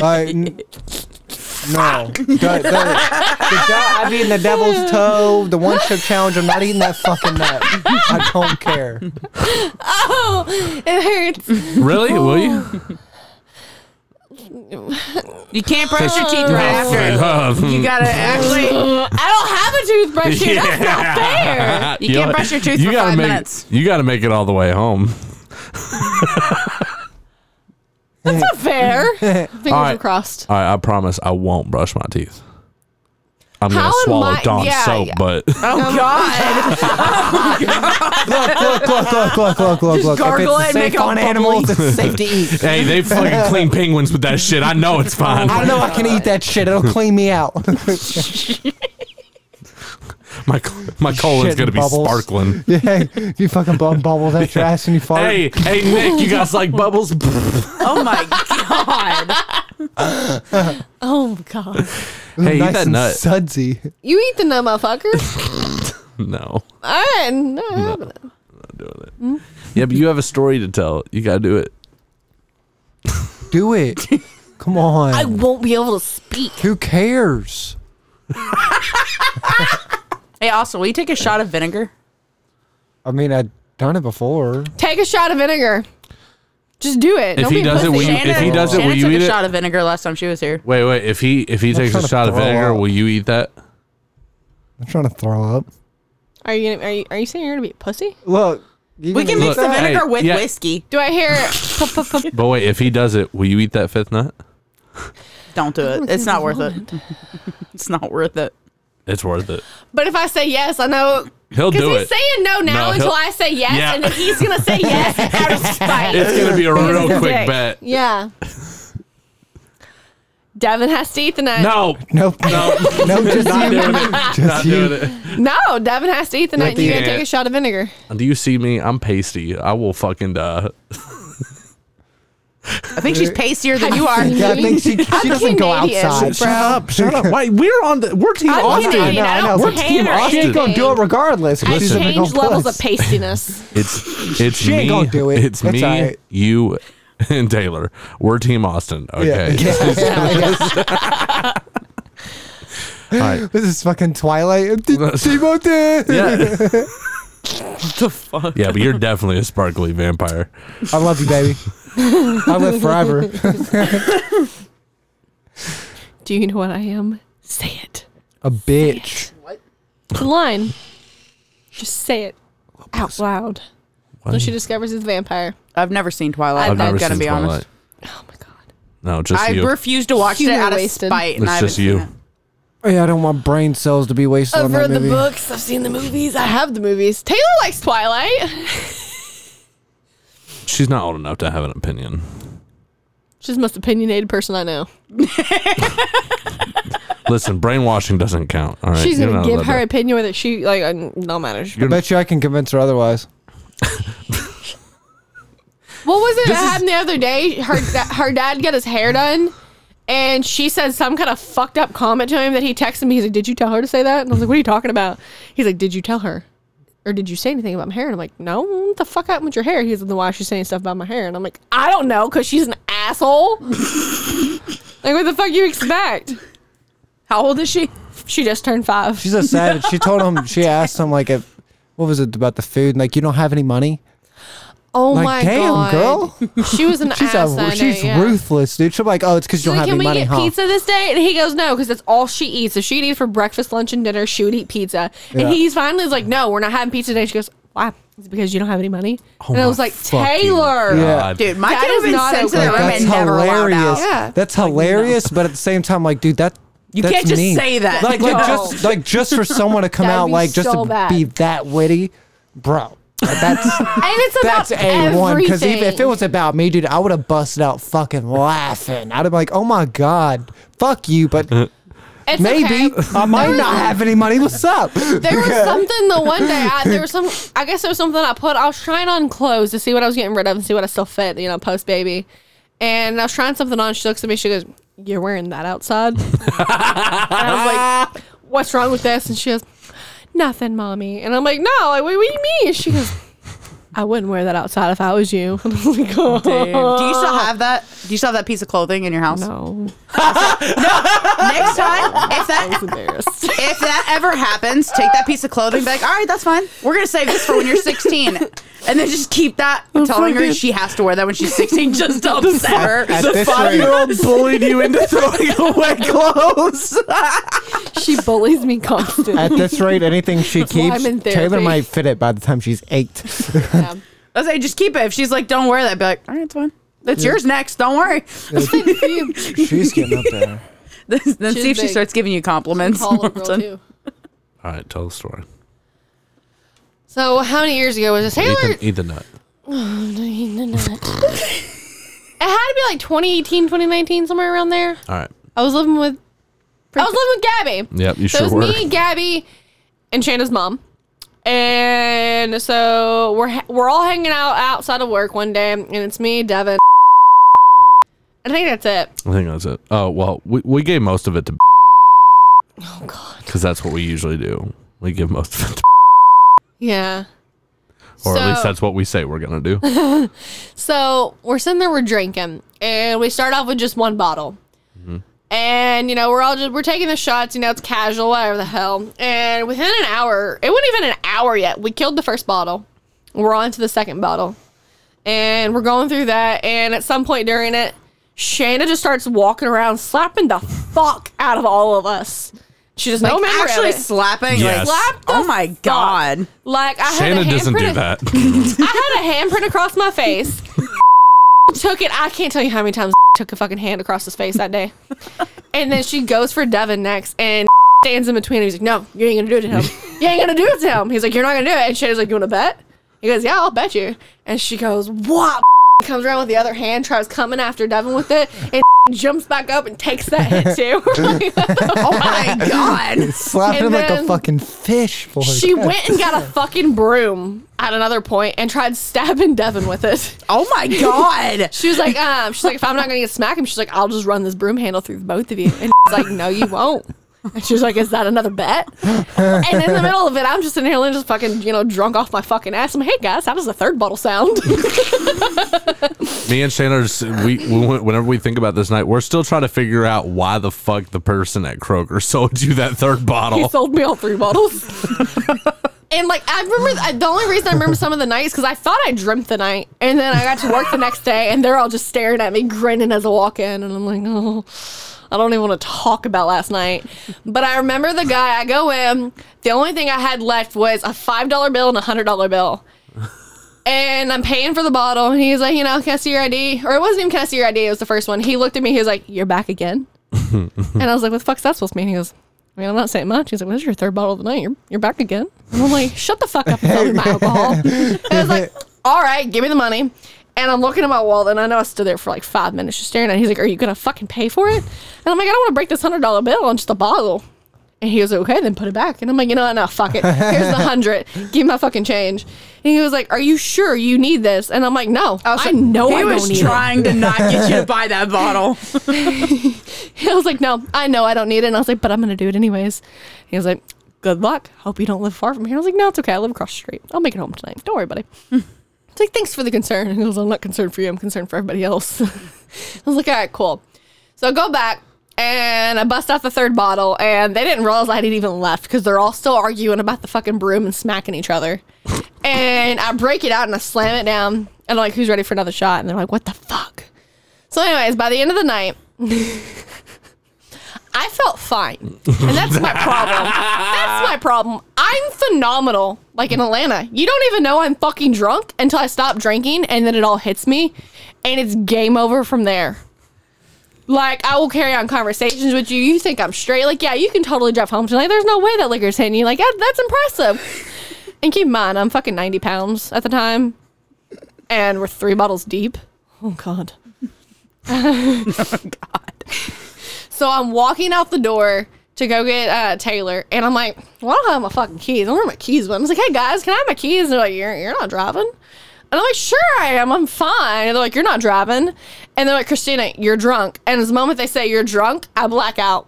I- n- no. The- the- the de- I've eaten the devil's toe, the one chip challenge. I'm not eating that fucking nut. I don't care. Oh, it hurts. Really? Will you? You can't brush your teeth right Oh, after it. fuck. You gotta actually. I don't have a toothbrush here. That's not fair. You can't brush your teeth for gotta five make, minutes. You got to make it all the way home. That's not fair. Fingers All right. are crossed. All right, I promise I won't brush my teeth. I'm How gonna am swallow I- Dawn yeah, soap, yeah. but Oh God! Look, look, look, look, look, look, look, look. If gargle it and it's make safe it all on animals, it's safe to eat. hey, they fucking clean penguins with that shit. I know it's fine. I know I can eat that shit. It'll clean me out. My my colon's Shit gonna be bubbles. sparkling. yeah, you fucking bum bubbles out your ass and you fart. Hey, hey, Nick, you guys like bubbles? Oh my God! Oh, God. hey, eat nice that and nut. sudsy. You eat the nut, motherfucker. no, All right. No, no. yeah, but you have a story to tell. You gotta do it. Do it. Come on. I won't be able to speak. Who cares? Hey, Austin, will you take a shot of vinegar? I mean, I've done it before. Take a shot of vinegar. Just do it. If Don't he be does it, a will pussy. you- if he does it, Shannon will you took eat a it? shot of vinegar last time she was here. Wait, wait. If he if he takes trying a to shot of throw vinegar, up. will you eat that? I'm trying to throw up. Are you gonna, are you are you saying you're gonna be a pussy? Look. We can Look, mix the vinegar hey, with yeah. whiskey. Do I hear? puff, puff, puff? But wait, if he does it, will you eat that fifth nut? Don't do it. It's not worth it. It's not worth it. It's worth it. but if I say yes, I know He'll because do he's it. saying no now No, until he'll- I say yes, Yeah. and then he's gonna say yes out of spite. It's gonna be a Because he's real a quick dick. bet. Yeah. Devin has to eat the night. No, Nope. no, No, just not you. doing it. Just Not you. doing it. No, Devin has to eat the night. the You're gonna end. take a shot of vinegar. Do you see me? I'm pasty. I will fucking die. I think she's pastier than you are. Yeah, I think she, she I'm doesn't go Canadian, outside. bro. up! Shut up! Wait, we're on the we're team I'm Austin. Canadian. Oh, I know, I know. don't We're care Team or Austin. She ain't gonna do it anything. regardless. I She's a big changed old levels puss. of pastiness. It's it's She me. ain't gonna do it. It's It's me, all right. you, and Taylor. We're team Austin. Okay. Yeah. Yeah, yeah, yeah. All right. This is fucking Twilight. Timothy. Yeah. the fuck? Yeah, but you're definitely a sparkly vampire. I love you, baby. I live forever. Do you know what I am? Say it. A bitch. It's a line. Just say it out loud. When she discovers he's a vampire. I've never seen Twilight. I've I'm never gonna seen be Twilight. honest. Oh my god. No, just I you. refuse to watch it Humor out of wasted. spite. And It's I haven't just seen you. it. Hey, I don't want brain cells to be wasted on I've that read the movie. books. I've seen the movies. I have the movies. Taylor likes Twilight. She's not old enough to have an opinion. She's the most opinionated person I know. Listen, brainwashing doesn't count. All right. She's You're gonna not give allowed her to- opinion whether she like uh, no matters. I bet you I can convince her otherwise. What was it that happened the other day? Her da- her dad got his hair done, and she said some kind of fucked up comment to him that he texted me. He's like, "Did you tell her to say that?" And I was like, "What are you talking about?" He's like, "Did you tell her, or did you say anything about my hair?" And I'm like, "No, what the fuck happened with your hair?" He's like, "Then "Why is she saying stuff about my hair?" And I'm like, "I don't know, cause she's an asshole." like, what the fuck you expect? How old is she? She just turned five. She's a savage. she told him. She asked him like, if, "What was it about the food?" And like, you don't have any money. oh like, my damn, god, girl. She was an She's ass. I a, know, she's yeah. ruthless, dude. She'll be like, "Oh, it's because you don't She's like, have can any we money, get huh?" pizza this day? And he goes, no, because that's all she eats. If she'd eat for breakfast, lunch, and dinner, she would eat pizza. Yeah. And he's finally like, no, we're not having pizza today. She goes, why? Is it because you don't have any money? Oh and I was like, Taylor. Oh Yeah. Dude, my That kid is has been not sent to okay. their room That's and never allowed out. hilarious. Yeah. That's hilarious, but at the same time, like, dude, that You that's can't just mean. say that. Like, like No. just like just for someone to come That'd out be like just so to bad. be that witty, bro. That's And it's about that's a one because everything. even if it was about me, dude, I would have busted out fucking laughing. I'd have been like, "Oh my god, fuck you!" But It's maybe okay. I might not have any money. What's up? There was something the one day I, there was some. I guess there was something I put. I was trying on clothes to see what I was getting rid of and see what I still fit. You know, post baby, and I was trying something on. She looks at me. She goes, "You're wearing that outside." and I was like, "What's wrong with this?" And she goes, "Nothing, mommy." And I'm like, "No, like, what, what do you mean?" She goes. I wouldn't wear that outside if I was you. And I was like, oh, Do you still have that? Do you still have that piece of clothing in your house? No, Next time, if that embarrassed. if that ever happens, take that piece of clothing. Be like, all right, that's fine. We're gonna save this for when you're 16, and then just keep that, Oh, telling her she has to wear that when she's 16, just to upset her. this rate, bullied you into throwing away clothes. she bullies me constantly. at this rate, anything she why keeps, I'm in Taylor therapy. might fit it by the time she's eight. Yeah. I say, just keep it. If she's like, don't wear that, be like, all right, it's fine. That's yours next. Don't worry. she's getting up there. then then She's see if she big. starts giving you compliments. Call more a girl often. too. All right, tell the story. So how many years ago was this? Taylor, Eat the, eat the nut. it had to be like 2018, 2019, somewhere around there. All right. I was living with, I was living with Gabby. Yep, you so sure it were. was me, Gabby, and Shanna's mom. And so we're ha- we're all hanging out outside of work one day, and it's me, Devin. I think that's it. I think that's it. Oh well, we, we gave most of it to. Oh God. because that's what we usually do. We give most of it, to, Yeah. or at least So- that's what we say we're gonna do. So we're sitting there, we're drinking, and we start off with just one bottle. And you know, we're all just we're taking the shots. You know, it's casual, whatever the hell. And within an hour, it wasn't even an hour yet. We killed the first bottle. We're on to the second bottle, and we're going through that. And at some point during it, Shayna just starts walking around, slapping the fuck out of all of us. She just no Like, memory of Oh, actually it. slapping. Yes. Like, Slap the oh my god. Like I had a Shannon doesn't handprint do of- that. I had a handprint across my face. took it. I can't tell you how many times took a fucking hand across his face that day. And then she goes for Devin next and stands in between. And he's like, "No, you ain't gonna do it to him. You ain't gonna do it to him." He's like, "You're not gonna do it." And Shannon's like, "You wanna bet?" He goes, "Yeah, I'll bet you." And she goes, "What?" Comes around with the other hand, tries coming after Devin with it, and jumps back up and takes that hit too. Oh my god. Slapping him And like a then- fucking fish, boy. she went and got a fucking broom at another point and tried stabbing Devin with it. Oh my god. She was like, um, she's like, if I'm not gonna get smacked him, she's like, I'll just run this broom handle through the both of you. And he's like, no, you won't. And she was like, is that another bet? And in the middle of it, I'm just in here, just fucking, you know, drunk off my fucking ass. I'm like, hey guys, how does the third bottle sound? Me and Shannon, are s- we, we went- whenever we think about this night, we're still trying to figure out why the fuck the person at Kroger sold you that third he bottle. sold me all three bottles. And like I remember, I- the only reason I remember some of the nights because I thought I dreamt the night, and then I got to work the next day, and they're all just staring at me, grinning as I walk in, and I'm like, oh, I don't even want to talk about last night. But I remember the guy. I go in. The only thing I had left was a five dollar bill and a hundred dollar bill, and I'm paying for the bottle, and he's like, you know, can I see your ID? Or it wasn't even can I see your ID? It was the first one. He looked at me. He was like, you're back again, Hmm. and I was like, what the fuck's that supposed to mean? He goes. I mean, I'm not saying much. He's like, "What's your third bottle of the night? You're, you're back again." And I'm like, "Shut the fuck up and sell me my alcohol." And I was like, "All right, give me the money." And I'm looking at my wallet, and I know I stood there for like five minutes just staring at. it. He's like, "Are you gonna fucking pay for it?" And I'm like, "I don't want to break this hundred dollar bill on just a bottle." And he was like, "Okay, then put it back." And I'm like, "You know what? No, fuck it. Here's the hundred. Give me my fucking change." And he was like, "Are you sure you need this?" And I'm like, "No, I, know he I was don't need it." trying to not get you to buy that bottle. I was like, no, I know I don't need it. And I was like, but I'm going to do it anyways. He was like, good luck. Hope you don't live far from here. I was like, no, it's okay. I live across the street. I'll make it home tonight. Don't worry, buddy. It's like, thanks for the concern. And he goes, I'm not concerned for you. I'm concerned for everybody else. I was like, all right, cool. So I go back. and I bust out the third bottle, and they didn't realize I had even left because they're all still arguing about the fucking broom and smacking each other. and I break it out and I slam it down, and I'm like, "Who's ready for another shot?" And they're like, "What the fuck?" So, anyways, by the end of the night. I felt fine. And that's my problem. that's my problem. I'm phenomenal, like in Atlanta. You don't even know I'm fucking drunk until I stop drinking and then it all hits me and it's game over from there. Like, I will carry on conversations with you. You think I'm straight. Like, yeah, you can totally drive home tonight. There's no way that liquor's hitting you. Like, that, that's impressive. and keep in mind, I'm fucking 90 pounds at the time and we're three bottles deep. Oh, God. So I'm walking out the door to go get uh, Taylor, and I'm like, "Well, I don't have my fucking keys. I don't have my keys." But I was like, "Hey guys, can I have my keys?" And they're like, "You're you're not driving." And I'm like, "Sure, I am. I'm fine." And they're like, "You're not driving," and they're like, "Christina, you're drunk." And the moment they say you're drunk, I black out.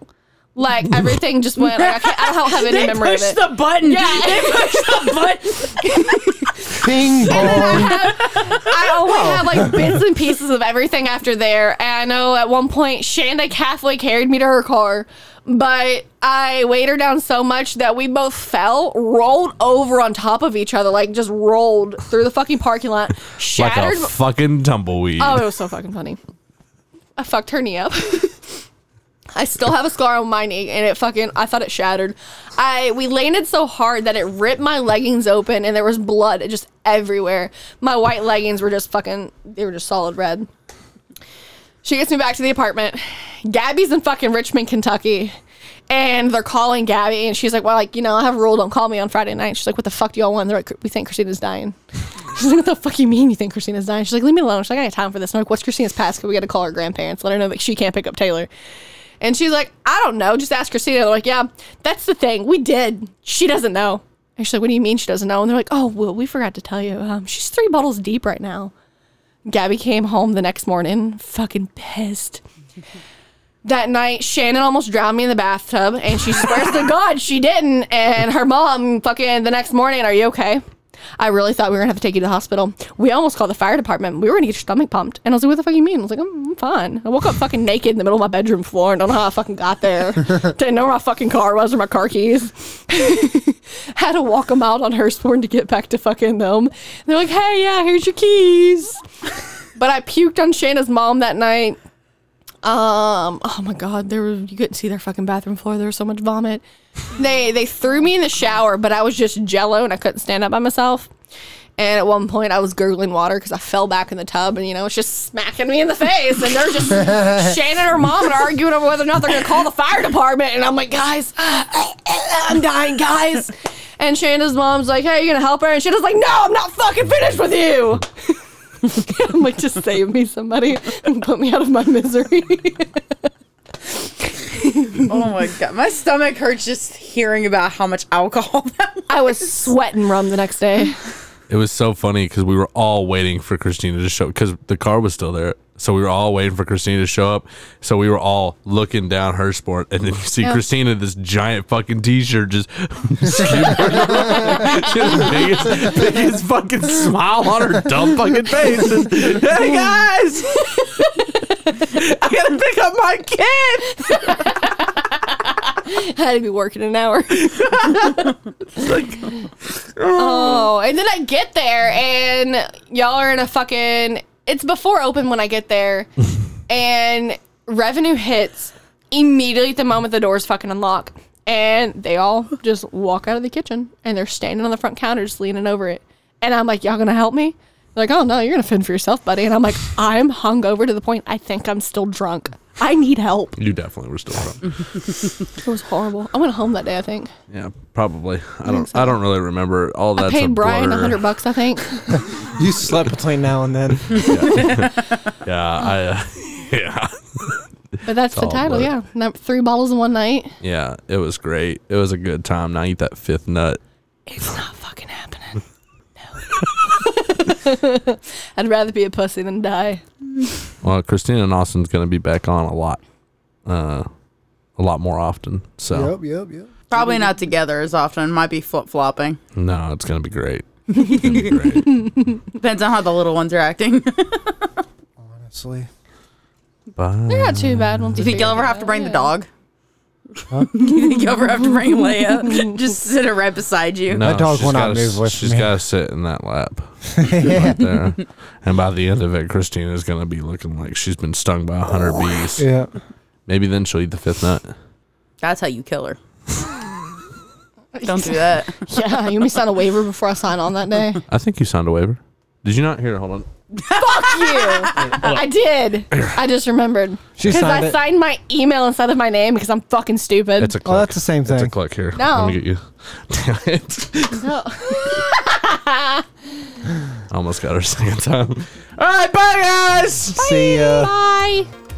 Like everything just went. Like, I, can't, I don't have any They memory of pushed it. the button. Yeah. They pushed the button. Bing bong. I only have like bits and pieces of everything after there. And I know at one point Shanda halfway carried me to her car, but I weighed her down so much that we both fell, rolled over on top of each other, like just rolled through the fucking parking lot, like a shattered. fucking tumbleweed. oh, it was so fucking funny. I fucked her knee up. I still have a scar on my knee, and it fucking I thought it shattered. I we landed so hard that it ripped my leggings open, and there was blood just everywhere. My white leggings were just fucking they were just solid red. She gets me back to the apartment. Gabby's in fucking Richmond, Kentucky. And they're calling Gabby, and she's like, "Well, like you know, I have a rule: don't call me on Friday night." She's like, "What the fuck do y'all want?" They're like, "We think Christina's dying." She's like, "What the fuck you mean you think Christina's dying?" She's like, "Leave me alone." She's like, "I got time for this." And I'm like, "What's Christina's passcode? We got to call her grandparents. Let her know that she can't pick up Taylor." And she's like, I don't know. Just ask Christina. They're like, yeah, that's the thing. We did. She doesn't know. And she's like, what do you mean she doesn't know? And they're like, oh, well, we forgot to tell you. Um, she's three bottles deep right now. Gabby came home the next morning, fucking pissed. That night, Shannon almost drowned me in the bathtub, and she swears to God she didn't. And her mom, fucking, the next morning, are you okay? I really thought we were gonna have to take you to the hospital. We almost called the fire department. We were gonna get your stomach pumped. And I was like, what the fuck you mean? I was like, I'm, I'm fine. I woke up fucking naked in the middle of my bedroom floor and don't know how I fucking got there. Didn't know where my fucking car was or my car keys. Had to walk a mile on Hurstbourne to get back to fucking them. And they're like, hey, yeah, here's your keys. but I puked on Shana's mom that night. Um, oh my god, there was you couldn't see their fucking bathroom floor. There was so much vomit. They they threw me in the shower, but I was just jello and I couldn't stand up by myself. And at one point, I was gurgling water because I fell back in the tub, and you know, it's just smacking me in the face. And they're just Shannon and her mom are arguing over whether or not they're gonna call the fire department. And I'm like, guys, I'm dying, guys. And Shannon's mom's like, hey, you gonna help her? And Shannon's like, no, I'm not fucking finished with you. I'm like, just save me, somebody, and put me out of my misery. Oh my god, my stomach hurts just hearing about how much alcohol that was. I was sweating rum the next day. It was so funny because we were all waiting for Christina to show because the car was still there. So we were all waiting for Christina to show up. So we were all looking down her sport, and then you see Christina, this giant fucking T-shirt, just she had the biggest, biggest fucking smile on her dumb fucking face. Just, hey guys, I gotta pick up my kid. I had to be working an hour. oh, and then I get there, and y'all are in a fucking. It's before open when I get there, and revenue hits immediately at the moment the doors fucking unlock, and they all just walk out of the kitchen, and they're standing on the front counter, just leaning over it, and I'm like, "Y'all gonna help me?" They're like, "Oh no, you're gonna fend for yourself, buddy," and I'm like, "I'm hungover to the point I think I'm still drunk. I need help." You definitely were still drunk. It was horrible. I went home that day, I think. Yeah, probably. I don't. I don't really remember all that. I paid Brian a hundred bucks, I think. You slept between now and then. Yeah, I. Uh, yeah. But that's the all title, work. yeah. Num- Three bottles in one night. Yeah, it was great. It was a good time. Now eat that fifth nut. It's not fucking happening. No. I'd rather be a pussy than die. Well, Christina and Austin's gonna be back on a lot, uh, a lot more often. So yep, yep. Probably not together as often. Might be flip flopping. no, it's gonna be great. It's gonna be great. Depends on how the little ones are acting. Honestly. They're not too bad once Do you think you'll ever have to bring the dog? Huh? Do you think you'll ever have to bring Leia? Just sit her right beside you. No, That dog she's will not gotta- move with She's me. got to sit in that lap. right there. And by the end of it, Christina's going to be looking like she's been stung by a 100 bees. Yeah. Maybe then she'll eat the fifth nut. That's how you kill her. Don't do that. Yeah, you may sign a waiver before I sign on that day. I think you signed a waiver. Did you not? Here, hold on. Fuck you. I did. I just remembered. She Because signed I it. signed my email instead of my name because I'm fucking stupid. It's a click. Oh, that's the same It's a thing. click here. Let No. me get you. Damn it. No. I almost got her second time. All right, bye, guys. See ya. Bye.